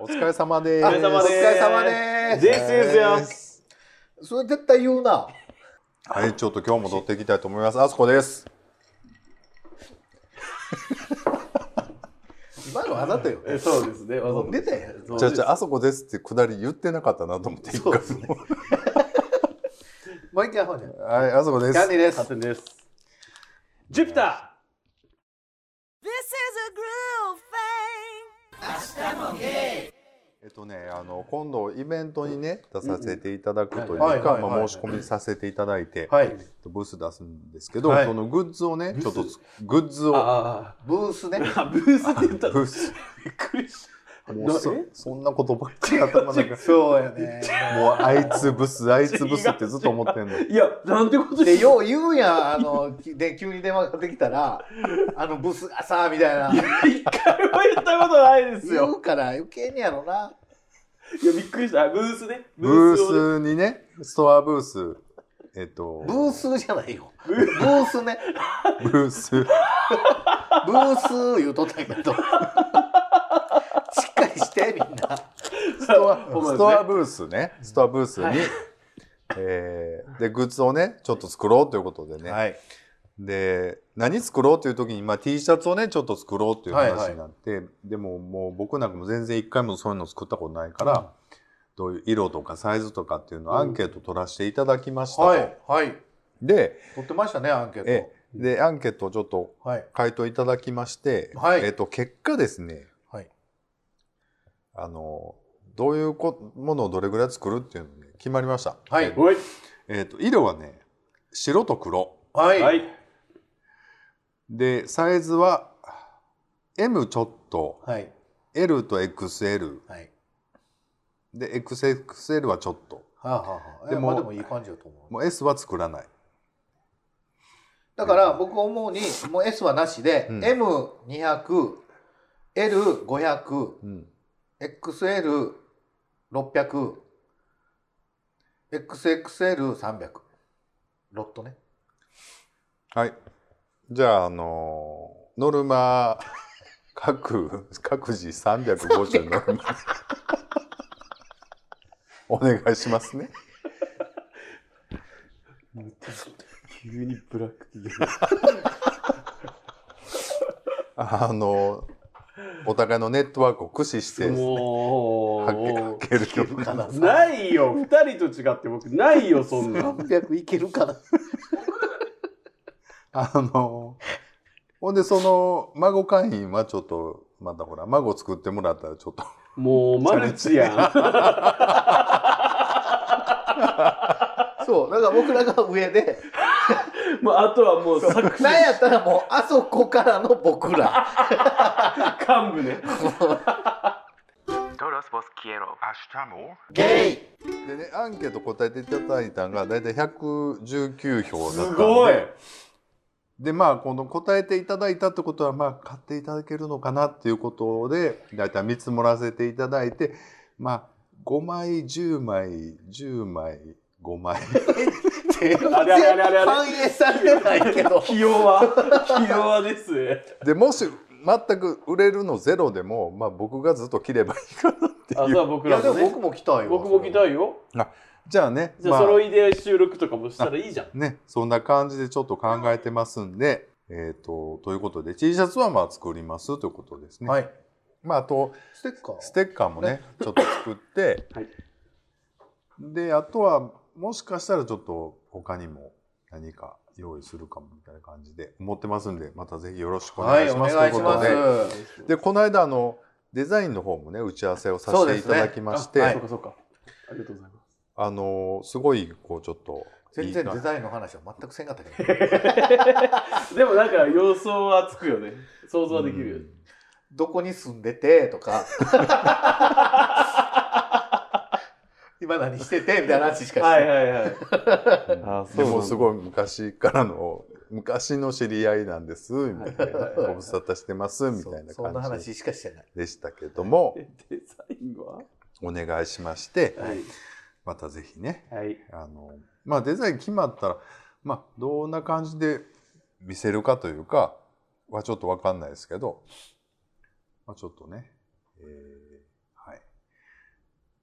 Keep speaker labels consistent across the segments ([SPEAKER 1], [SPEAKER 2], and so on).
[SPEAKER 1] お疲れ様です。
[SPEAKER 2] お疲れ様です
[SPEAKER 3] お疲れ様です。
[SPEAKER 2] This is your
[SPEAKER 3] それ絶対言うな。
[SPEAKER 1] はい、ちょっと今日も撮っていきたいと思います。あすこです。
[SPEAKER 3] 今のあなたよ。
[SPEAKER 2] えそうですね。わざと
[SPEAKER 3] 出たやん
[SPEAKER 2] そう
[SPEAKER 1] じゃ
[SPEAKER 2] で
[SPEAKER 1] あ
[SPEAKER 2] す
[SPEAKER 1] じゃああそこですってくだり言ってなかったなと思って。
[SPEAKER 3] そうですね。もう一回ほうね。
[SPEAKER 1] はい、あそこで
[SPEAKER 3] キャン
[SPEAKER 1] す
[SPEAKER 3] デ。ィです。
[SPEAKER 2] 勝手にです。ジュピタ
[SPEAKER 4] This is a groove thing.
[SPEAKER 1] えっとね、あの今度イベントにね出させていただくという
[SPEAKER 3] はい
[SPEAKER 1] か、
[SPEAKER 3] はいはい
[SPEAKER 1] まあ申し込みさせていただいて、
[SPEAKER 3] はい。
[SPEAKER 1] ブース出すんですけど、
[SPEAKER 3] はい
[SPEAKER 1] そのグッズをね、ちょっとつグッズ
[SPEAKER 2] ー。
[SPEAKER 1] を
[SPEAKER 2] あ
[SPEAKER 3] ブースね。
[SPEAKER 2] あ。ブースって言った。
[SPEAKER 1] ブース。
[SPEAKER 2] びっくりし
[SPEAKER 1] もうそ
[SPEAKER 2] え
[SPEAKER 1] そんなことばっかり頭の 中。
[SPEAKER 3] そうやね。
[SPEAKER 1] もうあいつブスあいつブスってずっと思ってんの。
[SPEAKER 2] た。いや、なんてこと
[SPEAKER 3] で、
[SPEAKER 2] し
[SPEAKER 3] よう言うやん。あの、きで、急に電話ができたら、あの、ブースがさ、みたいな。
[SPEAKER 2] 一回も言ったことないです
[SPEAKER 3] 言
[SPEAKER 2] よ。
[SPEAKER 3] うから余計にやろな。
[SPEAKER 2] いや、びっくりした。あブースね。
[SPEAKER 1] ブ
[SPEAKER 2] をね
[SPEAKER 1] ースにね、ストアブース、えっと、
[SPEAKER 3] ブースじゃないよ。ブースね。
[SPEAKER 1] ブー ス、
[SPEAKER 3] ブース言うとったけ ど。しっかりして、みんな。
[SPEAKER 2] ス
[SPEAKER 1] ストア
[SPEAKER 2] ほんまですね
[SPEAKER 1] ストアブースね、ストアブースに、
[SPEAKER 2] はい
[SPEAKER 1] えーで、グッズをね、ちょっと作ろうということでね、
[SPEAKER 3] はい。
[SPEAKER 1] で、何作ろうという時に、まあ、T シャツをね、ちょっと作ろうという話になって、でももう僕なんかも全然一回もそういうの作ったことないから、どういう色とかサイズとかっていうのをアンケート取らせていただきましたと、
[SPEAKER 3] はい。はい。
[SPEAKER 1] で、
[SPEAKER 3] 取ってましたね、アンケー
[SPEAKER 1] え
[SPEAKER 3] ト。
[SPEAKER 1] でアンケートをちょっと
[SPEAKER 3] はい。
[SPEAKER 1] 回答いただきまして、
[SPEAKER 3] はい
[SPEAKER 1] えっと結果ですね、
[SPEAKER 3] はい
[SPEAKER 1] あのどういうこものをどれぐらい作るっていうのね決まりました、
[SPEAKER 3] はい
[SPEAKER 1] えっと
[SPEAKER 2] おい。
[SPEAKER 1] えっと色はね白と黒
[SPEAKER 3] はい。
[SPEAKER 2] はい。
[SPEAKER 1] でサイズは M ちょっと
[SPEAKER 3] はい。
[SPEAKER 1] L と XL
[SPEAKER 3] はい。
[SPEAKER 1] で XXL はちょっと
[SPEAKER 3] はあ、はあはあ、で
[SPEAKER 1] で
[SPEAKER 3] も、
[SPEAKER 1] も
[SPEAKER 3] まあ、でもいい感じだと思う。
[SPEAKER 1] もう S は作らない
[SPEAKER 3] だから、僕思うに、もう S はなしで、
[SPEAKER 1] うん
[SPEAKER 3] M200、L500、
[SPEAKER 1] うん、
[SPEAKER 3] XL600、XXL300。ロットね。
[SPEAKER 1] はいじゃああのーノルマ 各各自350ノルマ お願いしますね
[SPEAKER 2] 急にブラックで。
[SPEAKER 1] あのお互いのネットワークを駆使して
[SPEAKER 2] も
[SPEAKER 1] はけは
[SPEAKER 2] う。
[SPEAKER 1] けるよう
[SPEAKER 3] いけるか
[SPEAKER 1] な
[SPEAKER 3] な
[SPEAKER 2] ないよ。二人と違って僕、ないよ、そんな。
[SPEAKER 3] 300いけるかな。
[SPEAKER 1] あのほんでその孫会員はちょっとまたほら孫作ってもらったらちょっと
[SPEAKER 2] もう、マルチやん。
[SPEAKER 3] そう。だから僕らが上で、
[SPEAKER 2] もう、あとはもう、作詞
[SPEAKER 3] なんやったらもう、あそこからの僕ら。
[SPEAKER 2] 幹部ね。
[SPEAKER 5] Todos vos quiero. Hasta mo.
[SPEAKER 3] ゲイ
[SPEAKER 1] でねアンケート答えていただいたのが大体119票だったん
[SPEAKER 2] す
[SPEAKER 1] で
[SPEAKER 2] ごい。
[SPEAKER 1] でまあこの答えていただいたってことはまあ買っていただけるのかなっていうことで大体見積もらせていただいてまあ5枚10枚10枚5枚
[SPEAKER 3] 全然
[SPEAKER 2] あれあれあれあれ
[SPEAKER 3] 反映されてないけど。
[SPEAKER 2] 気弱。気弱です。
[SPEAKER 1] でもし全く売れるのゼロでもまあ僕がずっと切ればい いかなって
[SPEAKER 2] あ、そ
[SPEAKER 1] いうう
[SPEAKER 2] は僕
[SPEAKER 3] い
[SPEAKER 2] ら
[SPEAKER 3] や、で
[SPEAKER 2] も
[SPEAKER 3] も
[SPEAKER 2] ね。
[SPEAKER 3] 僕も来たいわ。
[SPEAKER 2] 僕も来たいよ。
[SPEAKER 1] じゃあね
[SPEAKER 2] じゃ
[SPEAKER 1] ま
[SPEAKER 2] あ、
[SPEAKER 1] あ
[SPEAKER 2] 揃いで収録とかもしたらいいじゃん。
[SPEAKER 1] ねそんな感じでちょっと考えてますんでえっ、とということで T シャツはまあ作りますということですね、
[SPEAKER 3] はい。
[SPEAKER 1] まああと
[SPEAKER 3] ステッカー。
[SPEAKER 1] ステッカーもね、ちょっと作って、
[SPEAKER 2] はい
[SPEAKER 1] で、あとは、もしかしたらちょっと他にも何か用意するかもみたいな感じで思ってますんで、またぜひよろしくお
[SPEAKER 3] は
[SPEAKER 1] 願い
[SPEAKER 3] い、
[SPEAKER 1] し
[SPEAKER 3] お
[SPEAKER 1] ます。
[SPEAKER 3] 願いしま
[SPEAKER 1] というこ
[SPEAKER 3] す。
[SPEAKER 1] とで、でこの間、あの、デザインの方もね、打ち合わせをさせていただきまして、
[SPEAKER 2] あ
[SPEAKER 1] あ,、
[SPEAKER 3] はい
[SPEAKER 2] そうかそうか。ありがとうございま
[SPEAKER 1] の、すごい、こう、ちょっと、
[SPEAKER 3] 全然
[SPEAKER 1] いい
[SPEAKER 3] デ
[SPEAKER 1] な
[SPEAKER 3] ザインの話は全くせんかったけど
[SPEAKER 2] す。でもなんか予想はつくよね。想像はできるよね。
[SPEAKER 3] どこに住んでてとか 今何しててみたいな話しかしてな、
[SPEAKER 2] はいいはいはい。
[SPEAKER 1] うん
[SPEAKER 2] あ そ
[SPEAKER 1] で
[SPEAKER 2] うなんだ
[SPEAKER 1] もすごい昔からの、昔の知り合いなんです、みたいな、
[SPEAKER 2] はいはいはい
[SPEAKER 1] ご無沙汰してます、み
[SPEAKER 3] そ
[SPEAKER 1] たいな
[SPEAKER 3] そんな
[SPEAKER 1] 感じ
[SPEAKER 3] 話しかしてない
[SPEAKER 1] でしたけども、
[SPEAKER 2] えデザインは
[SPEAKER 1] お願いしまして、
[SPEAKER 2] はい。
[SPEAKER 1] またぜひね
[SPEAKER 2] はい。
[SPEAKER 1] あの、まあ、デザイン決まったら、まあ、どんな感じで見せるかというかはちょっと分かんないですけど、まあ、ちょっとね、えーはい、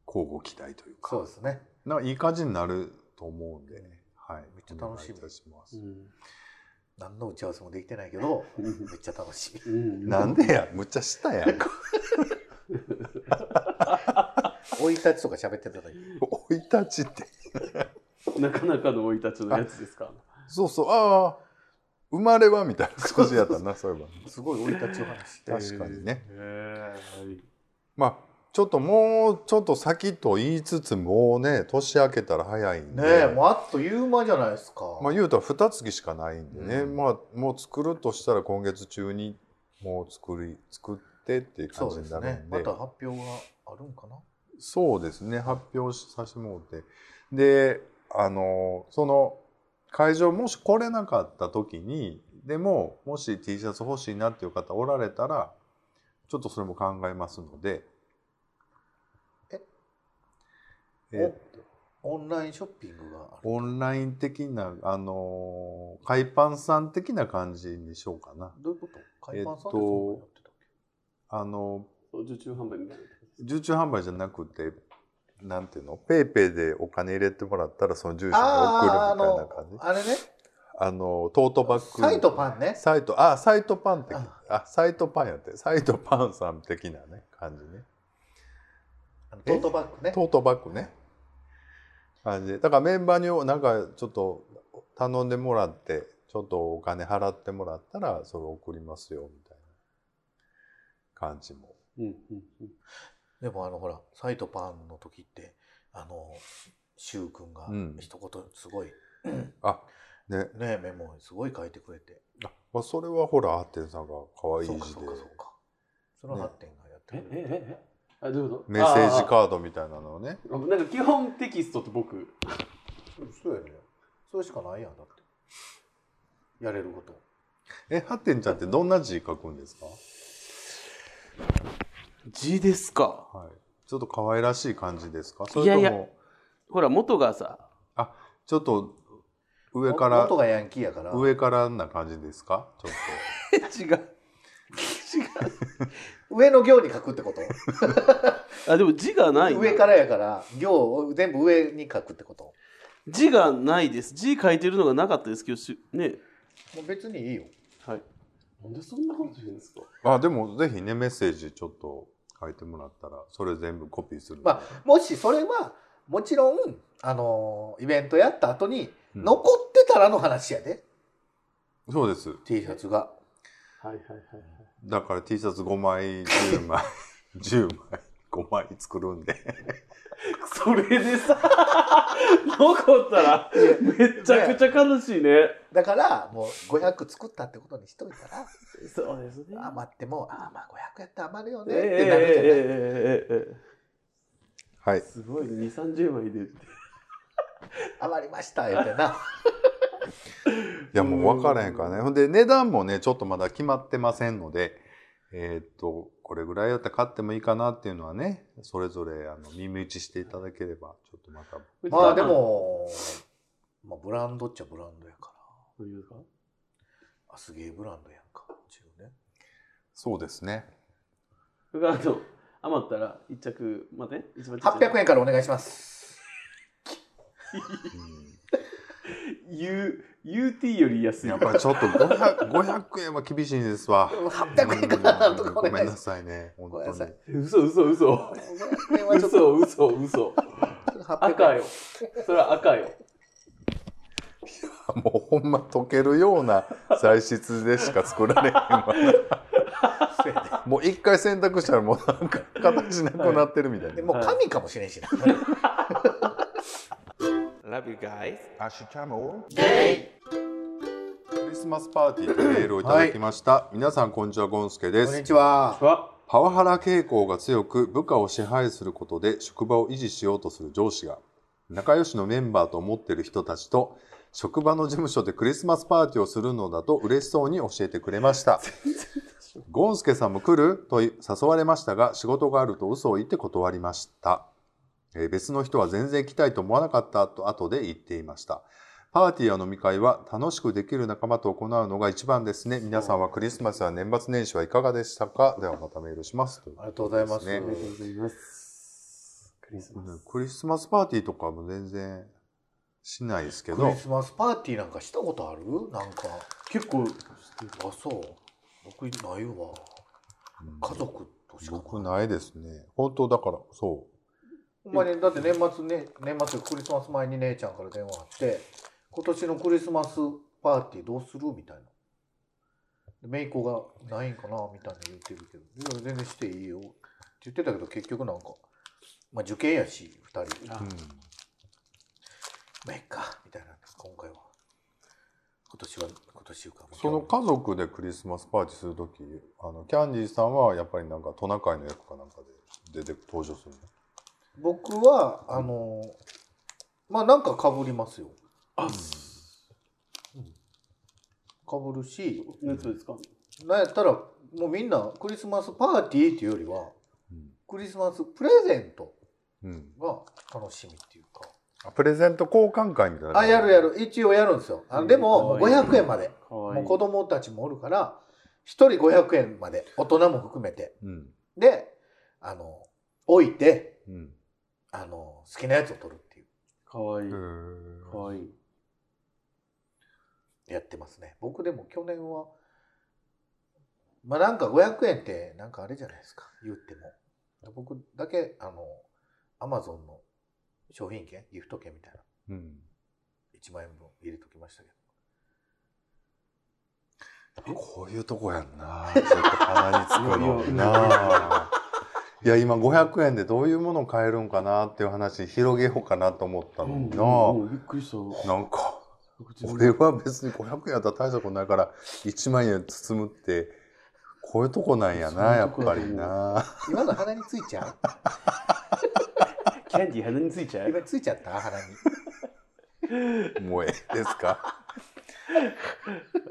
[SPEAKER 1] 交互期待という
[SPEAKER 3] そう
[SPEAKER 1] か
[SPEAKER 3] ですね。
[SPEAKER 1] なんかいい感じになると思うんで、ねはい、
[SPEAKER 3] めっちゃ楽しみ
[SPEAKER 1] お願いいたします、
[SPEAKER 2] うん
[SPEAKER 3] 何の打ち合わせもできてないけど、めっちゃ楽しみ。
[SPEAKER 2] うん
[SPEAKER 1] なんでやむっちゃしたやん
[SPEAKER 3] 生い立ちとか喋ってた時
[SPEAKER 1] 生い立ちって
[SPEAKER 2] なかなかの生い立ちのやつですか。
[SPEAKER 1] そうそうああ生まれはみたいな感じやったなそういえば
[SPEAKER 3] すごい生い立ちを話して。
[SPEAKER 1] 確かにね
[SPEAKER 2] へー。はい
[SPEAKER 1] まあちょっともうちょっと先と言いつつもうね年明けたら早いんで、
[SPEAKER 3] ねえ、もうあっという間じゃないですか。
[SPEAKER 1] まあ言うたら2月しかないんでね、
[SPEAKER 3] うん
[SPEAKER 1] まあもう作るとしたら今月中にもう作り作ってっていう感
[SPEAKER 3] そ
[SPEAKER 1] じ
[SPEAKER 3] うで
[SPEAKER 1] にな
[SPEAKER 3] す
[SPEAKER 1] る
[SPEAKER 3] ね
[SPEAKER 1] ん。で
[SPEAKER 3] また発表があるんかな。
[SPEAKER 1] そうですね発表させてもらってであのその会場もし来れなかった時にでももし T シャツ欲しいなっていう方おられたらちょっとそれも考えますので
[SPEAKER 3] え
[SPEAKER 1] え
[SPEAKER 3] おオンラインショッピングがある。
[SPEAKER 1] オンライン的なあの海パンさん的な感じにしようかな
[SPEAKER 3] どういうこと？海パンさんって
[SPEAKER 1] えっと
[SPEAKER 3] そんなんやってたっ
[SPEAKER 1] あの
[SPEAKER 2] 受注販売みたいな。
[SPEAKER 1] 受注販売じゃなくてなんていうのペイペイでお金入れてもらったらその住
[SPEAKER 3] け？
[SPEAKER 1] 所に
[SPEAKER 3] ああ、あ
[SPEAKER 1] 送るみたいな感じ
[SPEAKER 3] のあれね、
[SPEAKER 1] あのトートバッグ
[SPEAKER 3] サイトパンね。
[SPEAKER 1] サイトあサイトパンって
[SPEAKER 3] あ
[SPEAKER 1] あサイトパンやってサイトパンさん的なね感じね
[SPEAKER 3] あのトートバッグね。
[SPEAKER 1] トートバッグね感じでだからメンバーになんかちょっと頼んでもらってちょっとお金払ってもらったらそれ送りますよみたいな感じも
[SPEAKER 2] うんうんうん。
[SPEAKER 3] でもあのほらサイトパンの時ってあの柊君が
[SPEAKER 1] うん
[SPEAKER 3] 一言すごい、
[SPEAKER 1] あね
[SPEAKER 3] ねメモをすごい書いてくれて
[SPEAKER 1] あ、まあ、それはほらアッテンさんが可愛い
[SPEAKER 3] そう
[SPEAKER 1] 字
[SPEAKER 3] かそう
[SPEAKER 1] で
[SPEAKER 3] かそうかその
[SPEAKER 1] ね
[SPEAKER 3] 発展がやって
[SPEAKER 2] え
[SPEAKER 3] る、
[SPEAKER 2] えええ。あどういうこと？
[SPEAKER 1] メッセージ
[SPEAKER 2] ああ。
[SPEAKER 1] カードみたいなのをね
[SPEAKER 2] あなんか基本テキストって僕。
[SPEAKER 3] そうやねそれしかないやんだってやれること
[SPEAKER 1] えハッテンちゃんってどんな字書くんですか
[SPEAKER 6] 字ですか
[SPEAKER 1] はい、ちょっと可愛らしい感じですかそれとも
[SPEAKER 6] いやいやほら元が さ
[SPEAKER 1] ちょっと上から
[SPEAKER 3] 元がヤンキーやから
[SPEAKER 1] 上からな感じですかちょっ
[SPEAKER 6] え違う違う
[SPEAKER 3] 上の行に書くってこと
[SPEAKER 6] あでも字がないな
[SPEAKER 3] 上からやから行を全部上に書くってこと
[SPEAKER 6] 字がないです字書いてるのがなかったですけどしね
[SPEAKER 3] もう別にいいよ
[SPEAKER 6] はい
[SPEAKER 2] なんでそんなこと言うんですか。
[SPEAKER 1] とあでもぜひねメッセージちょっと書いてもらったらそれ全部コピーする
[SPEAKER 3] まもしそれはもちろんあのイベントやった後に
[SPEAKER 1] うん
[SPEAKER 3] 残ってたらの話やで、
[SPEAKER 1] そうです
[SPEAKER 3] T シャツが
[SPEAKER 2] はいはいはいはい。
[SPEAKER 1] だから T シャツ5枚10枚 10枚5枚作るんで
[SPEAKER 2] それでさ、 残ったらめちゃくちゃ悲しいね。
[SPEAKER 3] だからもう500作ったってことにしといたら
[SPEAKER 2] そうですね
[SPEAKER 3] 余ってもああまあ500やって余るよ
[SPEAKER 2] え
[SPEAKER 3] ね
[SPEAKER 2] え
[SPEAKER 3] ってなるじゃない、
[SPEAKER 2] ええええええ
[SPEAKER 1] はい
[SPEAKER 2] すごい二三十枚で。
[SPEAKER 3] 余りましたよって な
[SPEAKER 1] いやもう分からへんからねほんで値段もねちょっとまだ決まってませんのでえーっとこれぐらいやったら買ってもいいかなっていうのはねそれぞれあの耳打ちしていただければちょっとまた
[SPEAKER 3] まあで。も、まあ、ブランドっちゃブランドやか
[SPEAKER 2] どういうか。
[SPEAKER 3] らあすげえブランドやんか一応ね
[SPEAKER 1] そうですね
[SPEAKER 2] それからあと余ったら一着まで一番ちっちゃい
[SPEAKER 3] 800円からお願いします
[SPEAKER 2] 円 U UT より安い
[SPEAKER 1] やっぱりちょっと 500, 500円は厳しいですわ。
[SPEAKER 3] 800円からなんとかお
[SPEAKER 1] ごめん
[SPEAKER 3] 願いし
[SPEAKER 1] な
[SPEAKER 3] ます
[SPEAKER 1] さいね。本
[SPEAKER 3] ごめんな
[SPEAKER 1] 当
[SPEAKER 3] さ
[SPEAKER 1] に
[SPEAKER 3] い。
[SPEAKER 2] 嘘嘘嘘
[SPEAKER 3] 500円はちょっと
[SPEAKER 2] 嘘嘘嘘
[SPEAKER 3] 800
[SPEAKER 2] 赤
[SPEAKER 3] 円
[SPEAKER 2] よそれは赤よ
[SPEAKER 1] もうほんま溶けるような材質でしか作られへんわ。 もう一回洗濯したらもうなんか形なくなってるみたいな。
[SPEAKER 3] でもう神かもしれんしな
[SPEAKER 6] Love you guys
[SPEAKER 5] Ashtamo.
[SPEAKER 1] クリスマスパーティーというメールをいただきました。皆さんこんにちは、ゴンスケで
[SPEAKER 3] こん
[SPEAKER 1] す
[SPEAKER 3] に。ちは
[SPEAKER 2] わ
[SPEAKER 1] パワハラ傾向が強く部下を支配することで職場を維持しようとする上司が仲良しのメンバーと思っている人たちと職場の事務所でクリスマスパーティーをするのだと嬉しそうに教えてくれました。ゴンスケさんも来ると誘われましたが仕事があると嘘を言って断りました。えー別の人は全然来たいと思わなかったと後で言っていました。パーティーや飲み会は楽しくできる仲間と行うのが一番ですね。皆さんはクリスマスや年末年始はいかがでしたかではまたメールします。
[SPEAKER 3] ありがとうございます
[SPEAKER 1] ね
[SPEAKER 2] ありがとうございますクリスマス。
[SPEAKER 1] クリスマスパーティーとかも全然しないですけ
[SPEAKER 3] クリ
[SPEAKER 1] ど
[SPEAKER 3] スマスパーティーなんかしたことあるなんか結構あそう僕な
[SPEAKER 1] う
[SPEAKER 3] いわ
[SPEAKER 1] ん
[SPEAKER 3] 家族としか
[SPEAKER 1] 僕ないですね本当だからそ
[SPEAKER 3] ほんまにだって年末ね年末クリスマス前に姉ちゃんから電話あって今年のクリスマスパーティーどうするみたいなで姪っ子がないんかなみたいな言ってるけどいや全然していいよって言ってたけど結局なんか、まあ、受験やし2人
[SPEAKER 1] う、うん
[SPEAKER 3] まあいっかみたいな今回は今年は今年か
[SPEAKER 1] その家族でクリスマスパーティーする時あのキャンディーさんはやっぱりなんかトナカイの役かなんかで出て登場するの
[SPEAKER 3] 僕はあのまあなんかかぶりますよ
[SPEAKER 2] あ、
[SPEAKER 3] かぶるし
[SPEAKER 2] 熱ですか
[SPEAKER 3] なんやったらもうみんなクリスマスパーティーっていうよりはクリスマスプレゼント
[SPEAKER 1] うんうん
[SPEAKER 3] が楽しみっていうか
[SPEAKER 1] あプレゼント交換会みたいな
[SPEAKER 3] あやるやる一応やるんですよあでも
[SPEAKER 2] うんかわいい
[SPEAKER 3] 500円まで
[SPEAKER 2] かわい
[SPEAKER 3] も。
[SPEAKER 2] いう
[SPEAKER 3] 子供たちもおるから1人500円まで大人も含めて
[SPEAKER 1] うん
[SPEAKER 3] であの置いて
[SPEAKER 1] うん
[SPEAKER 3] あの好きなやつを取るっていう
[SPEAKER 2] かわいい。か
[SPEAKER 1] う
[SPEAKER 2] わいい。
[SPEAKER 3] やってますね僕でも去年はまあなんか500円ってなんかあれじゃないですか言っても僕だけあのアマゾンの商品券ギフト券みたいなん1万円分入れときましたけど
[SPEAKER 1] こういうとこやんなちょっと鼻につくのに ないや今500円でどういうものを買えるんかなっていう話広げようかなと思ったのにな、
[SPEAKER 2] うんびっくりした。
[SPEAKER 1] なんか
[SPEAKER 2] 俺
[SPEAKER 1] 俺は別に500円やったら大したことないから1万円包むってこういうとこなんやなやっぱりな
[SPEAKER 3] 今の鼻についちゃう
[SPEAKER 2] キャンディー鼻についちゃう
[SPEAKER 3] 今ついちゃった鼻に
[SPEAKER 1] もうええですか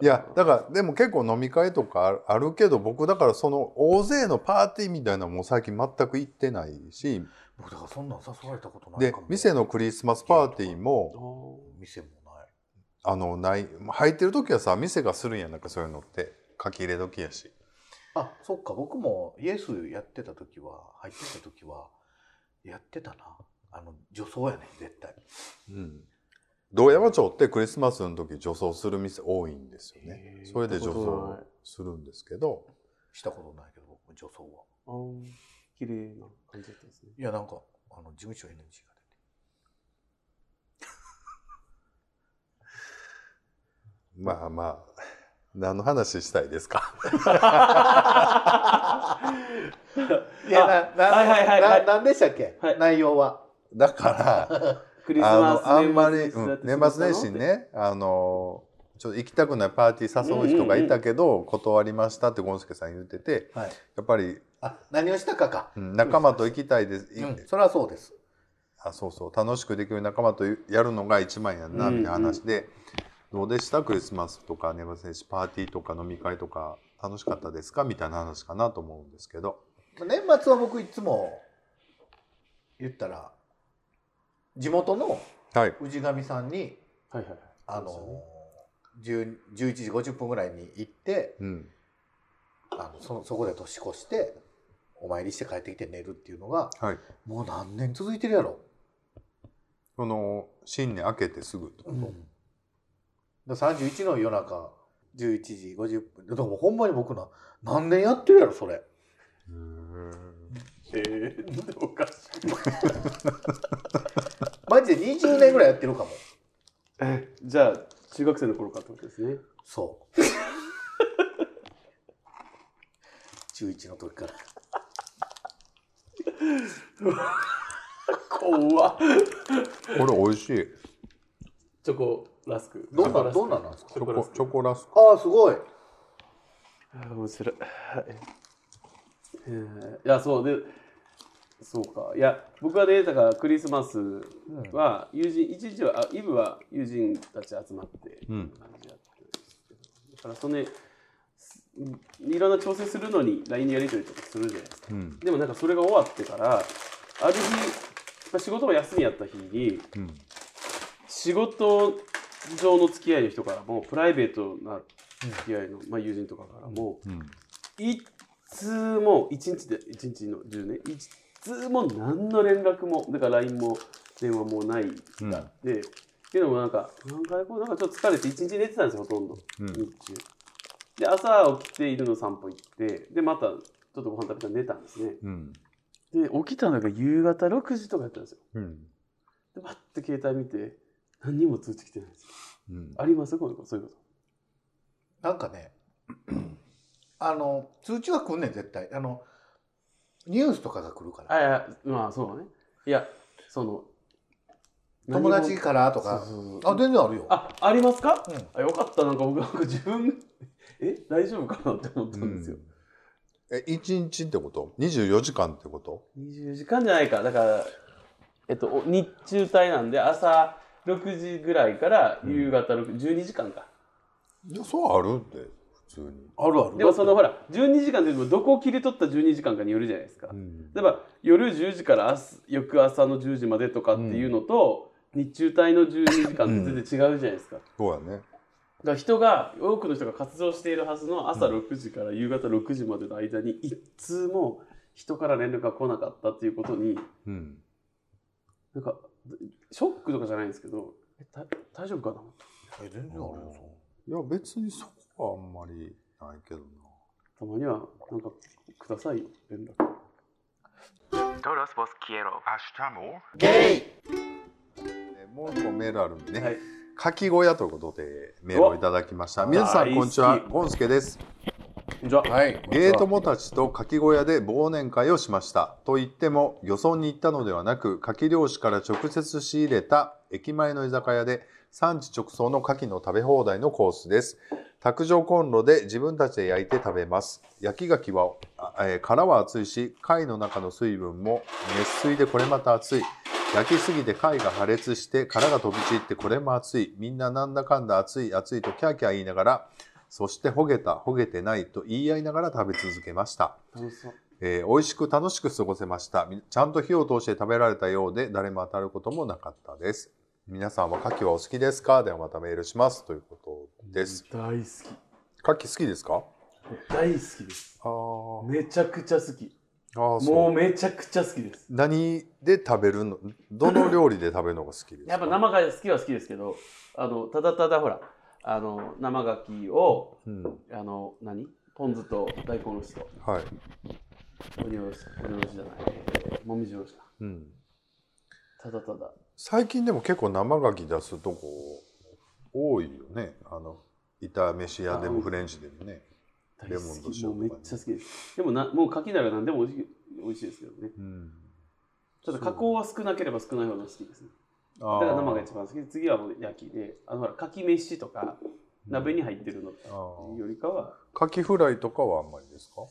[SPEAKER 1] いやだからでも結構飲み会とかあるあるけど僕だからその大勢のパーティーみたいなのも最近全く行ってないし
[SPEAKER 3] 僕だからそんなん誘われたことない
[SPEAKER 1] で
[SPEAKER 3] かも
[SPEAKER 1] 店のクリスマスパーティーも
[SPEAKER 3] 店もない
[SPEAKER 1] あのない入ってる時はさ店がするんやんなんかそういうのって書き入れ時やし
[SPEAKER 3] あそっか僕もイエスやってた時は入ってた時はやってたなあの女装やね絶対
[SPEAKER 1] 道山町ってクリスマスの時女装する店多いんですよね
[SPEAKER 2] へー
[SPEAKER 1] それで
[SPEAKER 2] 行
[SPEAKER 1] 女
[SPEAKER 2] ったことない
[SPEAKER 1] 装するんですけど
[SPEAKER 3] したことないけど僕も女装は
[SPEAKER 2] あー綺麗な感じだったんですね。
[SPEAKER 3] いやなんかあの事務所 NG が出て
[SPEAKER 1] まあまあ 何の話したいですか
[SPEAKER 3] いやなな
[SPEAKER 2] はいはいはいはい
[SPEAKER 3] ななんでしたっけ、
[SPEAKER 2] はい
[SPEAKER 3] 内容は
[SPEAKER 1] だから
[SPEAKER 2] クリス
[SPEAKER 1] あ
[SPEAKER 2] マス
[SPEAKER 1] のあんまり、
[SPEAKER 2] 年末
[SPEAKER 1] うん
[SPEAKER 2] 年始だって
[SPEAKER 1] 年末年始にねあのちょっと行きたくないパーティー誘う人がいたけど、断りましたってゴンスケさん言ってて
[SPEAKER 3] はい
[SPEAKER 1] やっぱり、
[SPEAKER 3] あ何をしたかか、
[SPEAKER 1] うん仲間と行きたいです、い
[SPEAKER 3] うん、それはそうです
[SPEAKER 1] あそうそう楽しくできる仲間とやるのが一番やんな
[SPEAKER 2] うん
[SPEAKER 1] みたいな話で、どうでしたクリスマスとか年末年始パーティーとか飲み会とか楽しかったですかみたいな話かなと思うんですけど
[SPEAKER 3] 年末は僕いつも言ったら地元の
[SPEAKER 1] はい
[SPEAKER 3] 氏神さんに
[SPEAKER 2] はいはいはい。
[SPEAKER 3] あの10 11時50分ぐらいに行って
[SPEAKER 1] うん
[SPEAKER 3] あのそそこで年越してお参りして帰ってきて寝るっていうのが
[SPEAKER 1] はい
[SPEAKER 3] もう何年続いてるやろ、
[SPEAKER 1] この新年明けてすぐと、
[SPEAKER 3] だから31の夜中11時50分でもほんまに僕な何年やってるやろそれ
[SPEAKER 2] えー、 おかしい。
[SPEAKER 3] マジで20年ぐらいやってるかも
[SPEAKER 2] えじゃあ中学生の頃かってことですね。
[SPEAKER 3] そう 中1の時から
[SPEAKER 2] 怖っ。
[SPEAKER 1] これ美味しい
[SPEAKER 2] チョコラスク。
[SPEAKER 3] どん
[SPEAKER 2] チョ
[SPEAKER 3] な
[SPEAKER 2] コラスク
[SPEAKER 3] どんなんなんですか
[SPEAKER 2] チ
[SPEAKER 1] チ
[SPEAKER 2] ョ
[SPEAKER 1] ョ
[SPEAKER 2] コラ
[SPEAKER 1] コ
[SPEAKER 2] ス
[SPEAKER 1] チョ
[SPEAKER 2] ク。
[SPEAKER 1] コラスク
[SPEAKER 3] ああすごい
[SPEAKER 2] あー面白い。はいえーいやそうでそうかいや僕はねだからクリスマスは友人一日はあイブは友人たち集まって
[SPEAKER 1] うん
[SPEAKER 2] 感じだったんですけどだからそのねすいろんな調整するのに LINE でやり取りとかするじゃないですか。
[SPEAKER 1] うん
[SPEAKER 2] でもなんかそれが終わってからある日、まあ、仕事が休みやった日に
[SPEAKER 1] うん
[SPEAKER 2] 仕事上の付き合いの人からもプライベートな付き合いの、まあ、友人とかからも
[SPEAKER 1] うん
[SPEAKER 2] いつも一日で一日の10年い通もう何の連絡もだから LINE も電話もない
[SPEAKER 1] うん
[SPEAKER 2] でっていうのもなんか何回こうなんかちょっと疲れて一日寝てたんですよほとんど
[SPEAKER 1] うん
[SPEAKER 2] 日中で朝起きて犬の散歩行ってでまたちょっとご飯食べたら寝たんですね
[SPEAKER 1] うん
[SPEAKER 2] で起きたのが夕方6時とかやったんですよ
[SPEAKER 1] うん
[SPEAKER 2] でバッて携帯見て何にも通知来てないんですよ
[SPEAKER 1] うん
[SPEAKER 2] ありますこういうことそういうこ
[SPEAKER 3] なんかね、 あの、通知は来んねん、絶対。あの、ニュースとかが来るから。
[SPEAKER 2] とあいやまあそうねいやその
[SPEAKER 3] 友達からとか。
[SPEAKER 2] そうそうそう
[SPEAKER 3] あ、全然あるよ。
[SPEAKER 2] あありますか、
[SPEAKER 3] うん
[SPEAKER 2] あよかったなんか僕なんか自分え大丈夫かなって思ったんですよ、
[SPEAKER 1] え一日ってこと24時間ってこと
[SPEAKER 2] 20時間じゃないかだから、えっと、お日中帯なんで朝6時ぐらいから夕方6時、12時間か
[SPEAKER 1] いやそうあるんで普通に、
[SPEAKER 3] あるある。
[SPEAKER 2] でもそのほら12時間でもどこを切り取った12時間かによるじゃないですか、
[SPEAKER 1] ん
[SPEAKER 2] 例えば夜10時から明日翌朝の10時までとかっていうのと、日中帯の12時間って全然違うじゃないですか、
[SPEAKER 1] そうやね
[SPEAKER 2] だから人が多くの人が活動しているはずの朝6時から夕方6時までの間に一通も人から連絡が来なかったっていうことに
[SPEAKER 1] うん
[SPEAKER 2] なんかショックとかじゃないんですけどえた大丈夫かな
[SPEAKER 3] え、全然あるよ、そ
[SPEAKER 1] いや別にそこはあんまりないけどな
[SPEAKER 2] たまにはなんかくださいよ連絡
[SPEAKER 5] Todos vos quiero. Hasta amor.
[SPEAKER 1] えもう一個メールあるんでね、
[SPEAKER 2] はい
[SPEAKER 1] かき小屋ということでメールをいただきました皆さん
[SPEAKER 2] 大好き
[SPEAKER 1] こんにちはゴンスケです
[SPEAKER 2] じゃ
[SPEAKER 3] う。
[SPEAKER 2] あ
[SPEAKER 3] はい。
[SPEAKER 1] ゲー友達とかき小屋で忘年会をしましたと言っても漁村に行ったのではなくかき漁師から直接仕入れた駅前の居酒屋で産地直送のかきの食べ放題のコースです卓上コンロで自分たちで焼いて食べます焼き牡蠣は、あえー殻は熱いし貝の中の水分も熱水でこれまた熱い焼きすぎて貝が破裂して殻が飛び散ってこれも熱いみんななんだかんだ熱い熱いとキャーキャー言いながらそしてほげたほげてないと言い合いながら食べ続けました、
[SPEAKER 2] 楽しそう
[SPEAKER 1] えー美味しく楽しく過ごせましたみちゃんと火を通して食べられたようで誰も当たることもなかったです皆さんは牡蠣はお好きですかではまたメールしますということです
[SPEAKER 2] 大好き
[SPEAKER 1] 牡蠣好きですか
[SPEAKER 2] 大好きです
[SPEAKER 1] あー
[SPEAKER 2] めちゃくちゃ好き
[SPEAKER 1] あー
[SPEAKER 2] も
[SPEAKER 1] そうう
[SPEAKER 2] めちゃくちゃ好きです
[SPEAKER 1] 何で食べるのどの料理で食べるのが好きですか
[SPEAKER 6] やっぱ生が好きは好きですけどあのただただほらあの生ガキを
[SPEAKER 1] うん
[SPEAKER 6] あの何ポン酢と大根おろしと
[SPEAKER 1] はい、
[SPEAKER 6] 鬼おろし鬼おろしじゃない、えーもみじおろしか
[SPEAKER 1] うん、
[SPEAKER 6] ただただ
[SPEAKER 1] 最近でも結構生牡蠣出すとこ多いよねあの炒飯屋でもフレンチでもね
[SPEAKER 2] 大
[SPEAKER 1] レモンと
[SPEAKER 2] 好き
[SPEAKER 1] 塩
[SPEAKER 2] も
[SPEAKER 1] と
[SPEAKER 2] う
[SPEAKER 1] かね
[SPEAKER 2] めっちゃ好きですでもなもう柿なら何でも美味しい美味しいですけどね
[SPEAKER 1] うん
[SPEAKER 2] ただ加工は少なければ少ないほど好きですね
[SPEAKER 1] あー
[SPEAKER 2] だから生が一番好きで次はもう焼きであのほらかき飯とか鍋に入ってるの
[SPEAKER 1] あ
[SPEAKER 2] よ
[SPEAKER 1] ー
[SPEAKER 2] りかは
[SPEAKER 1] カキフライとかはあんまりですか、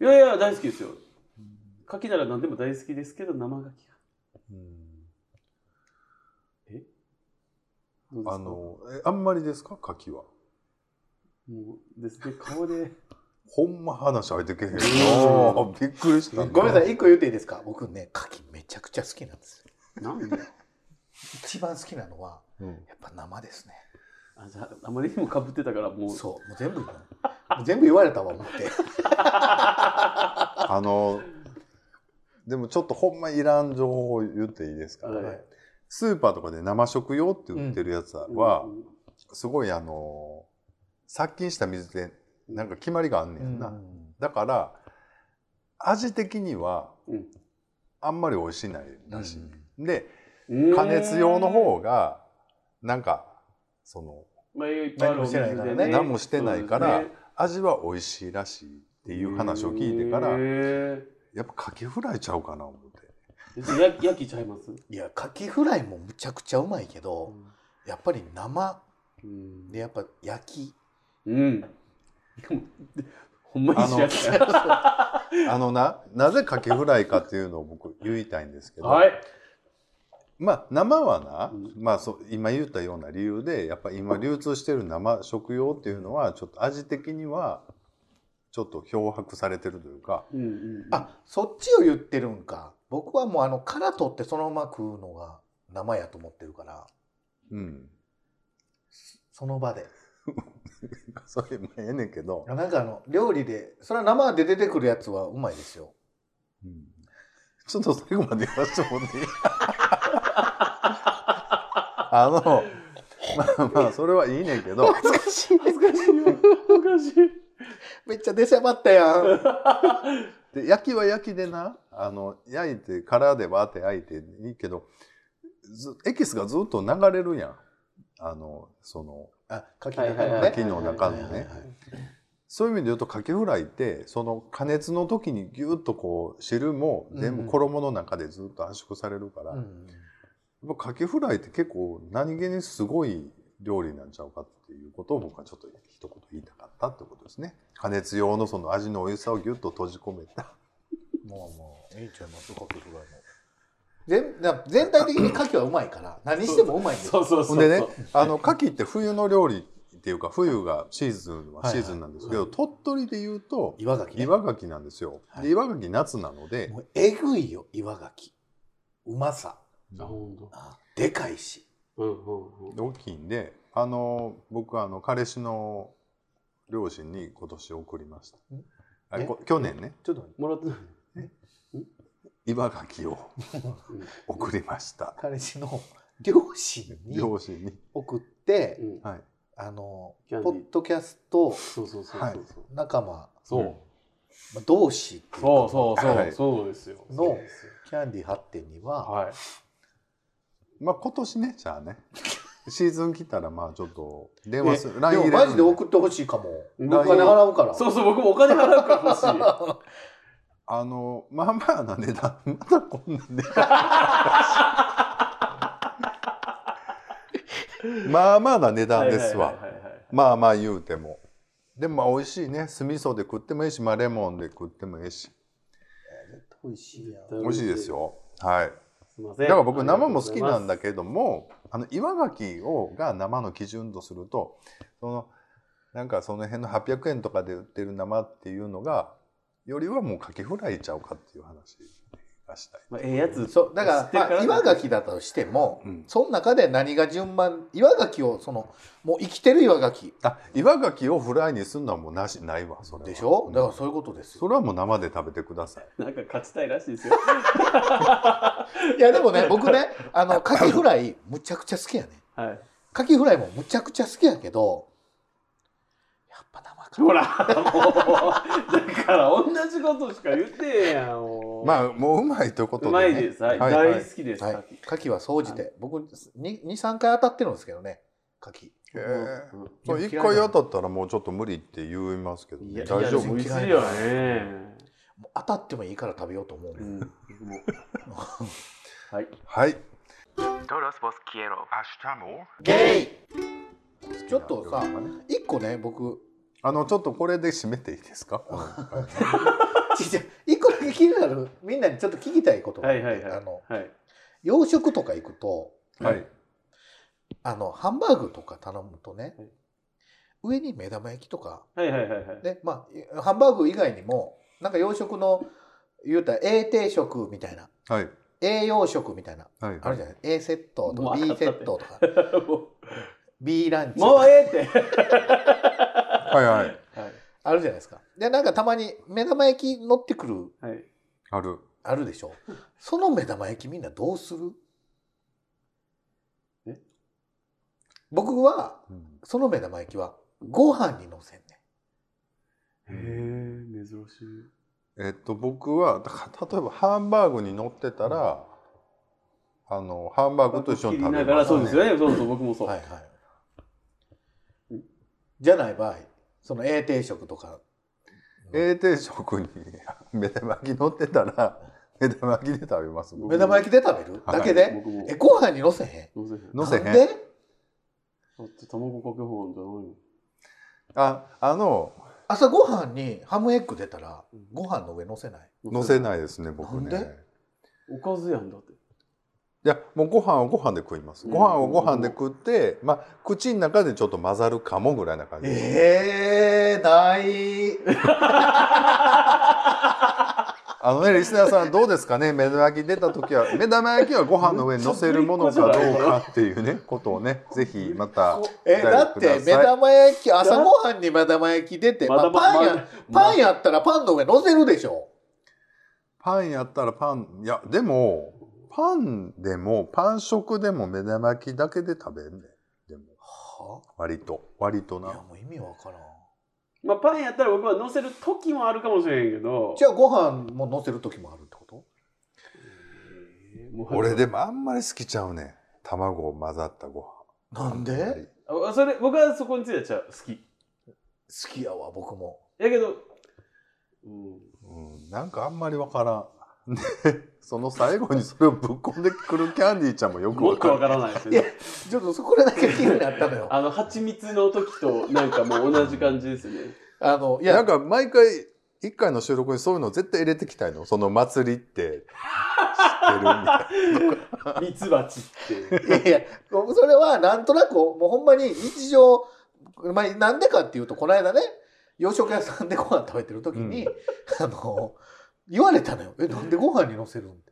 [SPEAKER 2] いやいや大好きですよかきなら何でも大好きですけど生がきがどうですか
[SPEAKER 1] あのえあんまりですかカキは
[SPEAKER 2] もうですね顔で
[SPEAKER 1] ほんま話開いてけへんな
[SPEAKER 3] う
[SPEAKER 1] びっくりした
[SPEAKER 3] ごめんなさ
[SPEAKER 1] い
[SPEAKER 3] い、一個言っていいですか僕ね、牡蠣めちゃくちゃ好きなんですよ。
[SPEAKER 2] なんで
[SPEAKER 3] 一番好きなのは、
[SPEAKER 1] うん
[SPEAKER 3] やっぱ生ですね。
[SPEAKER 2] あじゃああまりにもかぶってたからもう
[SPEAKER 3] そう、もう全部言うもう全部言われたわ、思って。
[SPEAKER 1] あのでもちょっとほんまいらん情報を言っていいですか、
[SPEAKER 2] はい
[SPEAKER 1] スーパーとかで生食用って売ってるやつは、
[SPEAKER 2] うん
[SPEAKER 1] すごいあの殺菌した水でなんか決まりがあんねんな、
[SPEAKER 3] うん
[SPEAKER 1] だから味的には
[SPEAKER 2] うん
[SPEAKER 1] あんまり美味しないらしい、で
[SPEAKER 2] うん
[SPEAKER 1] 加熱用の方がなんかその
[SPEAKER 2] まあいっぱいあるお店で
[SPEAKER 3] 何もしてないから
[SPEAKER 2] ね
[SPEAKER 1] 何もしてないから
[SPEAKER 3] ね
[SPEAKER 2] そうですね
[SPEAKER 1] 味は美味しいらしいっていう話を聞いてから
[SPEAKER 2] へ
[SPEAKER 1] やっぱかけフライちゃうかな思って
[SPEAKER 2] ー別に焼き焼きちゃいます
[SPEAKER 3] いや、牡蠣フライもむちゃくちゃうまいけど、やっぱり生
[SPEAKER 2] うん
[SPEAKER 3] でやっぱ焼き。
[SPEAKER 2] うん。ほんまにしやすい。
[SPEAKER 1] あのななぜかけフライかっていうのを僕言いたいんですけど、
[SPEAKER 2] はい。
[SPEAKER 1] まあ生はな、
[SPEAKER 2] うん
[SPEAKER 1] まあ、そう今言ったような理由でやっぱ今流通してる生食用っていうのはちょっと味的にはちょっと漂白されてるというか
[SPEAKER 2] うんうん、
[SPEAKER 3] あ、そっちを言ってるんか。僕はもうあの、殻取ってそのまま食うのが生やと思ってるから、
[SPEAKER 1] うん
[SPEAKER 3] その場で。
[SPEAKER 1] それもええねんけど、
[SPEAKER 3] なんかあの、料理で、それは生で出てくるやつはうまいですよ。
[SPEAKER 1] うんちょっと最後まで言わせてもらっていい あの、まあまあ、それはいいねんけど、
[SPEAKER 3] 恥ずかしい。
[SPEAKER 2] 恥ずかしいよ。恥ずかしい。
[SPEAKER 3] めっちゃ出しゃばったやん。
[SPEAKER 1] で焼きは焼きでな、あの、焼いて、殻でバーって焼いていいけど、ずエキスがずっと流れるやん。あの、その、
[SPEAKER 3] あ、牡蠣の中
[SPEAKER 2] はい
[SPEAKER 1] 牡蠣の中の
[SPEAKER 3] のね
[SPEAKER 2] はいはい。
[SPEAKER 1] ね。そういう意味で言うと、かけフライって、その加熱の時にギュッとこう、汁も全
[SPEAKER 3] うん
[SPEAKER 1] 部衣の中でずっと圧縮されるから、
[SPEAKER 3] うん
[SPEAKER 1] やっぱかけフライって結構何気にすごい料理なんちゃうかっていうことを僕はちょっと一言言いたかったってことですね。加熱用のその味の美味しさをギュッと閉じ込めた。
[SPEAKER 3] もうもう、いいんちゃいますか、けぐらいも。全だ全体的に牡蠣はうまいから、何してもうまいんです
[SPEAKER 2] そうそうそ
[SPEAKER 1] ほ
[SPEAKER 2] う。
[SPEAKER 1] んでね、あの牡蠣って冬の料理っていうか冬がシーズンはシーズンなんですけど、鳥取で言うと
[SPEAKER 3] 岩牡蠣ね。
[SPEAKER 1] 岩牡蠣なんですよ。
[SPEAKER 3] はい
[SPEAKER 1] で岩牡蠣夏なので、
[SPEAKER 3] もうえぐいよ、岩牡蠣。うまさ。
[SPEAKER 2] あ、ほんと。
[SPEAKER 3] あでかいし。
[SPEAKER 2] うんうんうん。
[SPEAKER 1] 大きいんで、あの僕はあの彼氏の両親に今年送りました。あ
[SPEAKER 3] え
[SPEAKER 1] こ去年ね。
[SPEAKER 3] ちょっと待って
[SPEAKER 2] もらってない。
[SPEAKER 1] 岩牡蠣を送りました
[SPEAKER 3] 彼氏の 両親に
[SPEAKER 1] 両親に
[SPEAKER 3] 送って
[SPEAKER 2] う、ん。
[SPEAKER 1] はい
[SPEAKER 3] あの、
[SPEAKER 2] キャンデ
[SPEAKER 3] ポ
[SPEAKER 2] ィー
[SPEAKER 3] ッドキャスト
[SPEAKER 2] そうそうそう
[SPEAKER 1] はい
[SPEAKER 2] そうそう。
[SPEAKER 3] 仲間、
[SPEAKER 2] そう。
[SPEAKER 3] まあ同士っていうか
[SPEAKER 2] そうそうそ
[SPEAKER 1] は
[SPEAKER 2] う。
[SPEAKER 1] い
[SPEAKER 2] そうですよ。
[SPEAKER 3] の
[SPEAKER 2] そうですよ
[SPEAKER 3] キャンディー発展には、
[SPEAKER 2] はい。
[SPEAKER 1] まあ今年ねじゃあねシーズン来たらまあちょっと電話する
[SPEAKER 3] で
[SPEAKER 1] LINE
[SPEAKER 3] も
[SPEAKER 1] 入れ
[SPEAKER 3] マ
[SPEAKER 1] る
[SPEAKER 3] ジ
[SPEAKER 1] ん
[SPEAKER 3] で送ってほしいかも。お
[SPEAKER 2] うん
[SPEAKER 3] 金払うから。
[SPEAKER 2] そうそう、僕もお金払 うから欲しい。
[SPEAKER 1] あのまあまあな値段まだこんな値段まあまあな値段ですわ、
[SPEAKER 2] はいはいはいはいはい
[SPEAKER 1] まあまあ言うてもでもまあ美味しいね酢味噌で食ってもいいし、まあ、レモンで食ってもいいし
[SPEAKER 3] 美味しいやん。
[SPEAKER 2] 美
[SPEAKER 1] 美味しいです。よはい
[SPEAKER 2] すいません。
[SPEAKER 1] だから僕生も好きなん
[SPEAKER 2] だ。
[SPEAKER 1] だけどもあの岩牡蠣をが生の基準とするとそのなんかその辺の800円とかで売ってる生っていうのがよりはもう牡蠣フライちゃうかっていう話がしたい。
[SPEAKER 2] まあ、ええやつ。
[SPEAKER 3] そう、だ
[SPEAKER 2] 知
[SPEAKER 3] か
[SPEAKER 2] ってる
[SPEAKER 3] ら、
[SPEAKER 2] か
[SPEAKER 3] ま
[SPEAKER 2] ら
[SPEAKER 3] あ、岩牡蠣だとしても、
[SPEAKER 1] うん
[SPEAKER 3] その中で何が順番、岩牡蠣を、その、もう生きてる岩牡蠣
[SPEAKER 1] あ岩牡蠣をフライにするのはもうなしないわそれは
[SPEAKER 3] でしょ
[SPEAKER 1] うん
[SPEAKER 3] だからそういうことですよ。
[SPEAKER 1] それはもう生で食べてください。
[SPEAKER 2] なんか勝ちたいらしい ですよ。
[SPEAKER 3] いや、でもね、僕ね、あの、牡蠣フライ、むちゃくちゃ好きやね。
[SPEAKER 2] はい。
[SPEAKER 3] 牡蠣フライもむちゃくちゃ好きやけど、やっぱ生か。
[SPEAKER 2] ほら、もう、だから同じことしか言ってへんやん。もう
[SPEAKER 1] まあもううまいということ
[SPEAKER 2] う
[SPEAKER 1] で、ね。
[SPEAKER 2] まいです。はい。
[SPEAKER 1] はいはい
[SPEAKER 2] 大好きです。
[SPEAKER 3] はい
[SPEAKER 2] 牡蠣。
[SPEAKER 3] 牡蠣は総じて、僕、2、3回当たってるんですけどね、牡蠣。
[SPEAKER 1] へえ
[SPEAKER 2] うん
[SPEAKER 1] まあ一回当たったらもうちょっと無理って言いますけど、
[SPEAKER 2] い
[SPEAKER 1] ね、
[SPEAKER 2] や、
[SPEAKER 1] 大丈
[SPEAKER 2] いや
[SPEAKER 1] 夫
[SPEAKER 2] 無理するよね。
[SPEAKER 3] もう当たってもいいから食べようと思うもん。
[SPEAKER 2] うん。僕もはい。
[SPEAKER 1] はい。
[SPEAKER 5] Todos vos quiero. Hasta amor.
[SPEAKER 3] ゲイちょっとさ
[SPEAKER 1] 好きな料理とかね
[SPEAKER 3] 一個ね、僕、
[SPEAKER 1] あのちょっとこれで締めていいですか？この回ね
[SPEAKER 3] ちっちゃい一個だけ気になる、みんなにちょっと聞きたいことがあ
[SPEAKER 2] は
[SPEAKER 3] って
[SPEAKER 2] いはいはい。
[SPEAKER 3] あの、
[SPEAKER 2] はい。
[SPEAKER 3] 洋食とか行くと、
[SPEAKER 1] はい。
[SPEAKER 3] あの、ハンバーグとか頼むとね
[SPEAKER 2] はい、
[SPEAKER 3] 上に目玉焼きとか、
[SPEAKER 2] はいはいはい はい。
[SPEAKER 3] で、まあ、ハンバーグ以外にも、なんか洋食の、言うたら、A 定食みたいな、
[SPEAKER 1] はい。
[SPEAKER 3] 栄養食みたいな、
[SPEAKER 1] はい。
[SPEAKER 3] あるじゃない ?A セットと
[SPEAKER 2] もう
[SPEAKER 3] か
[SPEAKER 2] 分
[SPEAKER 3] B
[SPEAKER 2] かった
[SPEAKER 3] セ
[SPEAKER 2] って
[SPEAKER 3] ットと か、
[SPEAKER 2] も
[SPEAKER 3] B ランチ
[SPEAKER 2] う
[SPEAKER 3] と
[SPEAKER 2] もう
[SPEAKER 3] か、
[SPEAKER 2] ええって。
[SPEAKER 1] はいはい。
[SPEAKER 2] はい。
[SPEAKER 3] あるじゃないですか。で、なんかたまに目玉焼き乗ってくる、
[SPEAKER 2] はい。
[SPEAKER 1] ある。
[SPEAKER 3] あるでしょその目玉焼きみんなどうする
[SPEAKER 2] え
[SPEAKER 3] 僕は、
[SPEAKER 1] うん
[SPEAKER 3] その目玉焼きは、ご飯に乗せんねん。
[SPEAKER 2] へえ、珍しい。
[SPEAKER 1] えっと僕はだから例えばハンバーグに乗ってたら、あのハンバーグと一緒に食べ
[SPEAKER 2] 切りながら
[SPEAKER 1] ます。
[SPEAKER 2] そうですよね。そうそう、僕もそう。
[SPEAKER 3] はいはい。じゃない場合、その A 定食とか、
[SPEAKER 1] A 定食に目玉焼き乗ってたら目玉焼きで食べます。僕
[SPEAKER 3] 目玉焼きで食べる
[SPEAKER 1] はい
[SPEAKER 3] だけで、
[SPEAKER 2] 僕も。
[SPEAKER 3] え、ご飯に乗せへん
[SPEAKER 2] どうせへん。
[SPEAKER 1] 乗せへん
[SPEAKER 3] なんで
[SPEAKER 2] だって卵かけご飯じゃないの。。
[SPEAKER 1] ああの
[SPEAKER 3] 朝ご飯にハムエッグ出たら、ご飯の上乗せない。
[SPEAKER 1] 乗せないいですね僕ね。
[SPEAKER 3] なんで
[SPEAKER 2] おかずやんだって。
[SPEAKER 1] いやもうご飯をご飯で食います。
[SPEAKER 2] うん
[SPEAKER 1] ご飯をご飯で食って、まあ口の中でちょっと混ざるかもぐらいな感じです。
[SPEAKER 3] ええない。
[SPEAKER 1] あのね、リスナーさんどうですかね目玉焼き出た時は目玉焼きはご飯の上に乗せるものかどうかっていうねことをねぜひまた
[SPEAKER 3] え、だって、目玉焼き、朝ご飯に目玉焼き出て、まあ、
[SPEAKER 2] まだま
[SPEAKER 3] パンや、パンやったらパンの上乗せるでしょ。
[SPEAKER 1] パンやったらパンいやでもパンでもパン食でも目玉焼きだけで食べんねでも
[SPEAKER 3] は
[SPEAKER 1] 割と割と
[SPEAKER 3] いや
[SPEAKER 1] な
[SPEAKER 3] もう意味わからん
[SPEAKER 2] まあ、パンやったら僕は乗せる時もあるかもしれんけど
[SPEAKER 3] じゃあご飯も乗せる時もあるってこと
[SPEAKER 2] もう
[SPEAKER 1] 俺でもあんまり好きちゃうねん卵混ざったご飯
[SPEAKER 3] なんで
[SPEAKER 2] あそれ僕はそこについてはちゃう好き
[SPEAKER 3] 好きやわ僕も
[SPEAKER 2] やけど、うん、
[SPEAKER 1] うん、なんかあんまりわからんでその最後にそれをぶっ込んでくるキャンディーちゃんもよく
[SPEAKER 2] も
[SPEAKER 1] わ
[SPEAKER 2] っと
[SPEAKER 1] か
[SPEAKER 2] わ
[SPEAKER 1] る
[SPEAKER 2] からないです
[SPEAKER 3] いや
[SPEAKER 2] よね
[SPEAKER 3] ちょっとそこらだけ気になったのよ
[SPEAKER 2] あの蜂蜜の時となんかもう同じ感じですよね
[SPEAKER 3] あのいや
[SPEAKER 1] なんか毎回一回の収録にそういうの絶対入れてきたいのその祭りって知ってるみたいな
[SPEAKER 2] ミツバチって
[SPEAKER 3] いやいや、僕それはなんとなく、もうほんまに日常、まあ、なんでかっていうと、この間ね、洋食屋さんでご飯食べてる時に、あの、言われたのよ。え、なんでご飯に乗せるんって。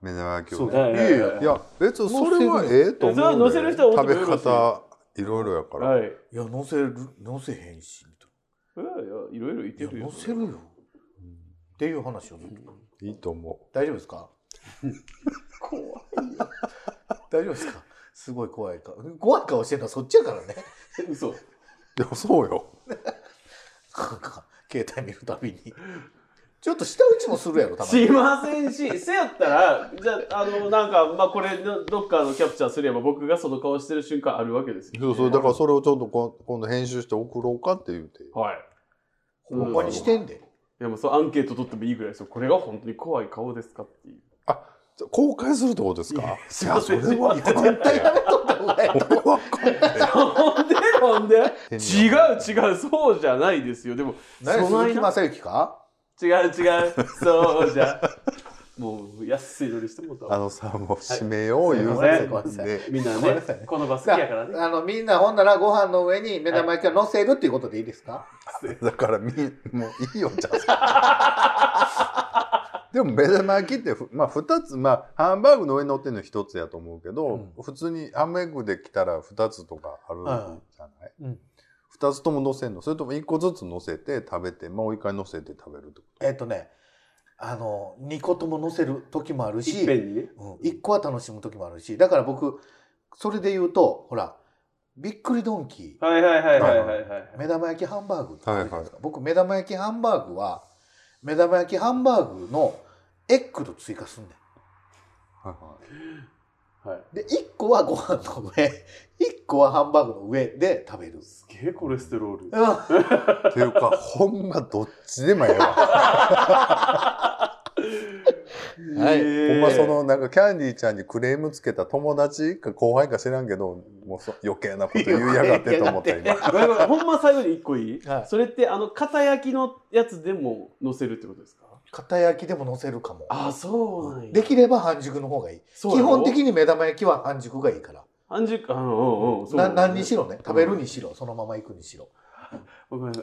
[SPEAKER 1] 目玉焼きを
[SPEAKER 3] そう
[SPEAKER 1] ね
[SPEAKER 2] はい
[SPEAKER 3] いやいや
[SPEAKER 1] いや別にそれはええと思うで
[SPEAKER 2] それは乗せる人は
[SPEAKER 1] 食
[SPEAKER 2] 多い
[SPEAKER 1] べ
[SPEAKER 2] と思います
[SPEAKER 1] 方いろいろやから、
[SPEAKER 2] はいい
[SPEAKER 3] いや、乗せる、乗せへんし、みた
[SPEAKER 6] いやいやいろいろ言って
[SPEAKER 3] いな。い
[SPEAKER 6] る
[SPEAKER 3] や、
[SPEAKER 6] よ
[SPEAKER 3] 乗せるよ。っていう話をずっと。
[SPEAKER 1] い、いと思
[SPEAKER 3] 大丈夫ですか 怖いよ。大丈夫ですかすごい怖いか。怖い顔してるのはそっちやからね。
[SPEAKER 2] 嘘
[SPEAKER 1] ういやそうよ
[SPEAKER 3] なんか、携帯見るたびに。ちょっと舌打ちもするやろ、たまに。
[SPEAKER 6] しません し、せやったら、じゃあ、あの、なんか、まあ、これ、どどっかのキャプチャーすれば、僕がその顔してる瞬間あるわけですよ。
[SPEAKER 1] そうそうだからそれをちょっとこ今度編集して送ろうかって言うて
[SPEAKER 6] はい。
[SPEAKER 3] ほんまにしてんで。
[SPEAKER 6] いや、もう、そう、アンケート取ってもいいぐらいですよ。これが本当に怖い顔ですかって いう。
[SPEAKER 1] 公開するってことですかい
[SPEAKER 6] いや
[SPEAKER 1] やそれは
[SPEAKER 6] すいません
[SPEAKER 1] 絶
[SPEAKER 3] 絶対やめとった方がいい。
[SPEAKER 6] ほんで、ほんで。違
[SPEAKER 1] う
[SPEAKER 6] う、違う、そうじゃないですよ。でも、
[SPEAKER 3] 何
[SPEAKER 6] そない
[SPEAKER 3] 鈴木
[SPEAKER 6] な
[SPEAKER 3] 正幸か
[SPEAKER 6] 違う、違う、そうじゃ。 もう、安い乗りしてもうた
[SPEAKER 1] あ
[SPEAKER 6] わ。
[SPEAKER 1] のさもう締めよう言う
[SPEAKER 2] はい
[SPEAKER 3] ごめんなさい
[SPEAKER 1] で
[SPEAKER 2] みんな
[SPEAKER 3] ごめん
[SPEAKER 2] ね
[SPEAKER 3] なさいね、
[SPEAKER 2] この場好きやからね。
[SPEAKER 3] あのみんなほんならご飯の上に目玉焼きを乗せるっていうことでいいですか、
[SPEAKER 1] だからみもういいよじゃあ でも目玉焼きってふ、まあ、2つ、まあ、ハンバーグの上に乗ってるの1つやと思うけど、普通にハンバーグで来たら2つとかあるじゃない、
[SPEAKER 3] うんうん
[SPEAKER 1] 2つとも乗せんのそれとも1個ずつ乗せて食べてもう1回乗せて食べるってこ
[SPEAKER 3] えっとねあの2個とも乗せる時もある
[SPEAKER 2] い
[SPEAKER 3] し
[SPEAKER 2] っぺんにね。
[SPEAKER 3] うん、1個は楽しむ時もあるしだから僕それで言うとほらびっくりドンキー
[SPEAKER 2] はいはいはいはいはいはい。
[SPEAKER 3] 目玉焼きハンバーグってあるじゃないですか、
[SPEAKER 1] は
[SPEAKER 3] 僕目玉焼きハンバーグは目玉焼きハンバーグのエッグと追加すんねん
[SPEAKER 1] と、はいはい
[SPEAKER 2] はい。
[SPEAKER 3] で1個はご飯の上1個はハンバーグの上で食べ る
[SPEAKER 2] すげえコレステロール。
[SPEAKER 3] うん
[SPEAKER 1] っていうかほんまどっちでもええわ
[SPEAKER 3] はい
[SPEAKER 1] ほんまそのなんかキャンディーちゃんにクレームつけた友達か後輩か知らんけどもうそ余計なこと言 いやがってと思った今
[SPEAKER 6] ごめんごめんほんま最後に一個いい、
[SPEAKER 3] はい
[SPEAKER 6] それって、あの、肩焼きのやつでも乗せるってことですか
[SPEAKER 3] 片焼きでも乗せるかも
[SPEAKER 6] あ、そうなんや。
[SPEAKER 3] できれば半熟の方がいい
[SPEAKER 6] そう
[SPEAKER 3] 基
[SPEAKER 6] やろ
[SPEAKER 3] 本的に目玉焼きは半熟がいいから
[SPEAKER 6] 半熟、うんうんうん。そう
[SPEAKER 3] な何にしろね食べるにしろそのまま行くにしろ
[SPEAKER 2] ごめんなさ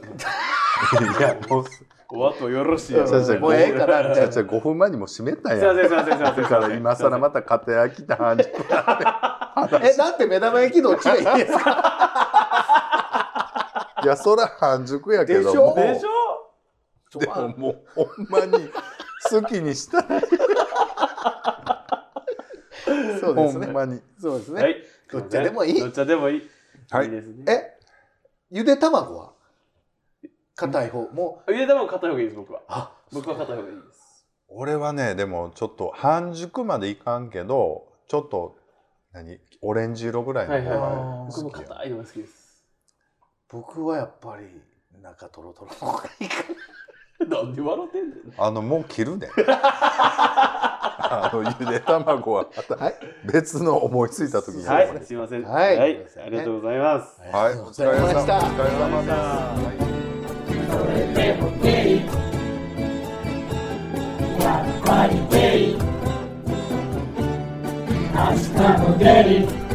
[SPEAKER 2] い。
[SPEAKER 1] いやもう
[SPEAKER 2] お後よろしいよ。
[SPEAKER 1] んそうそう
[SPEAKER 3] もうええからみ
[SPEAKER 1] じ
[SPEAKER 3] た
[SPEAKER 1] ゃ
[SPEAKER 3] い
[SPEAKER 1] あじゃ
[SPEAKER 3] な
[SPEAKER 1] あ5分前にもう閉めた
[SPEAKER 2] すいま
[SPEAKER 1] やん
[SPEAKER 2] せんすいませんすいません。
[SPEAKER 1] だから今更また片焼きって半熟
[SPEAKER 3] えなんて目玉焼きどっちがいいですか
[SPEAKER 1] いやそら半熟やけど
[SPEAKER 3] でしょ
[SPEAKER 1] もう
[SPEAKER 6] でしょ
[SPEAKER 3] そ
[SPEAKER 1] でももうほんまに好きにしたい
[SPEAKER 3] そうです
[SPEAKER 1] ほん
[SPEAKER 3] ね
[SPEAKER 1] まに
[SPEAKER 3] そうですね、
[SPEAKER 2] はい。
[SPEAKER 3] どっちでもいい
[SPEAKER 2] どっちでもいい。
[SPEAKER 1] はい
[SPEAKER 2] いいですね。
[SPEAKER 3] えゆで卵は硬い方もう
[SPEAKER 2] ゆで卵硬い方がいいです、僕は。
[SPEAKER 3] あ
[SPEAKER 2] 僕は硬い方がいいです。
[SPEAKER 1] 俺はねでもちょっと半熟までいかんけどちょっと何オレンジ色ぐらいの方
[SPEAKER 2] はいは
[SPEAKER 1] が
[SPEAKER 2] い
[SPEAKER 3] はい
[SPEAKER 1] 好
[SPEAKER 2] 僕も
[SPEAKER 1] きや、
[SPEAKER 2] 硬いのが好きです。
[SPEAKER 3] 僕はやっぱり中トロトロの方がいいか
[SPEAKER 2] なんで笑ってんねん。
[SPEAKER 1] あのもう切るねあのゆで卵はまた
[SPEAKER 3] はい
[SPEAKER 1] 別の思いついた時にやる
[SPEAKER 2] はい、すいません。
[SPEAKER 3] はい
[SPEAKER 2] ありがとうございます。
[SPEAKER 3] な
[SPEAKER 1] はい、お疲れ様でした。
[SPEAKER 3] お疲れ様でした
[SPEAKER 1] 様です。はい
[SPEAKER 7] 明日もゲイ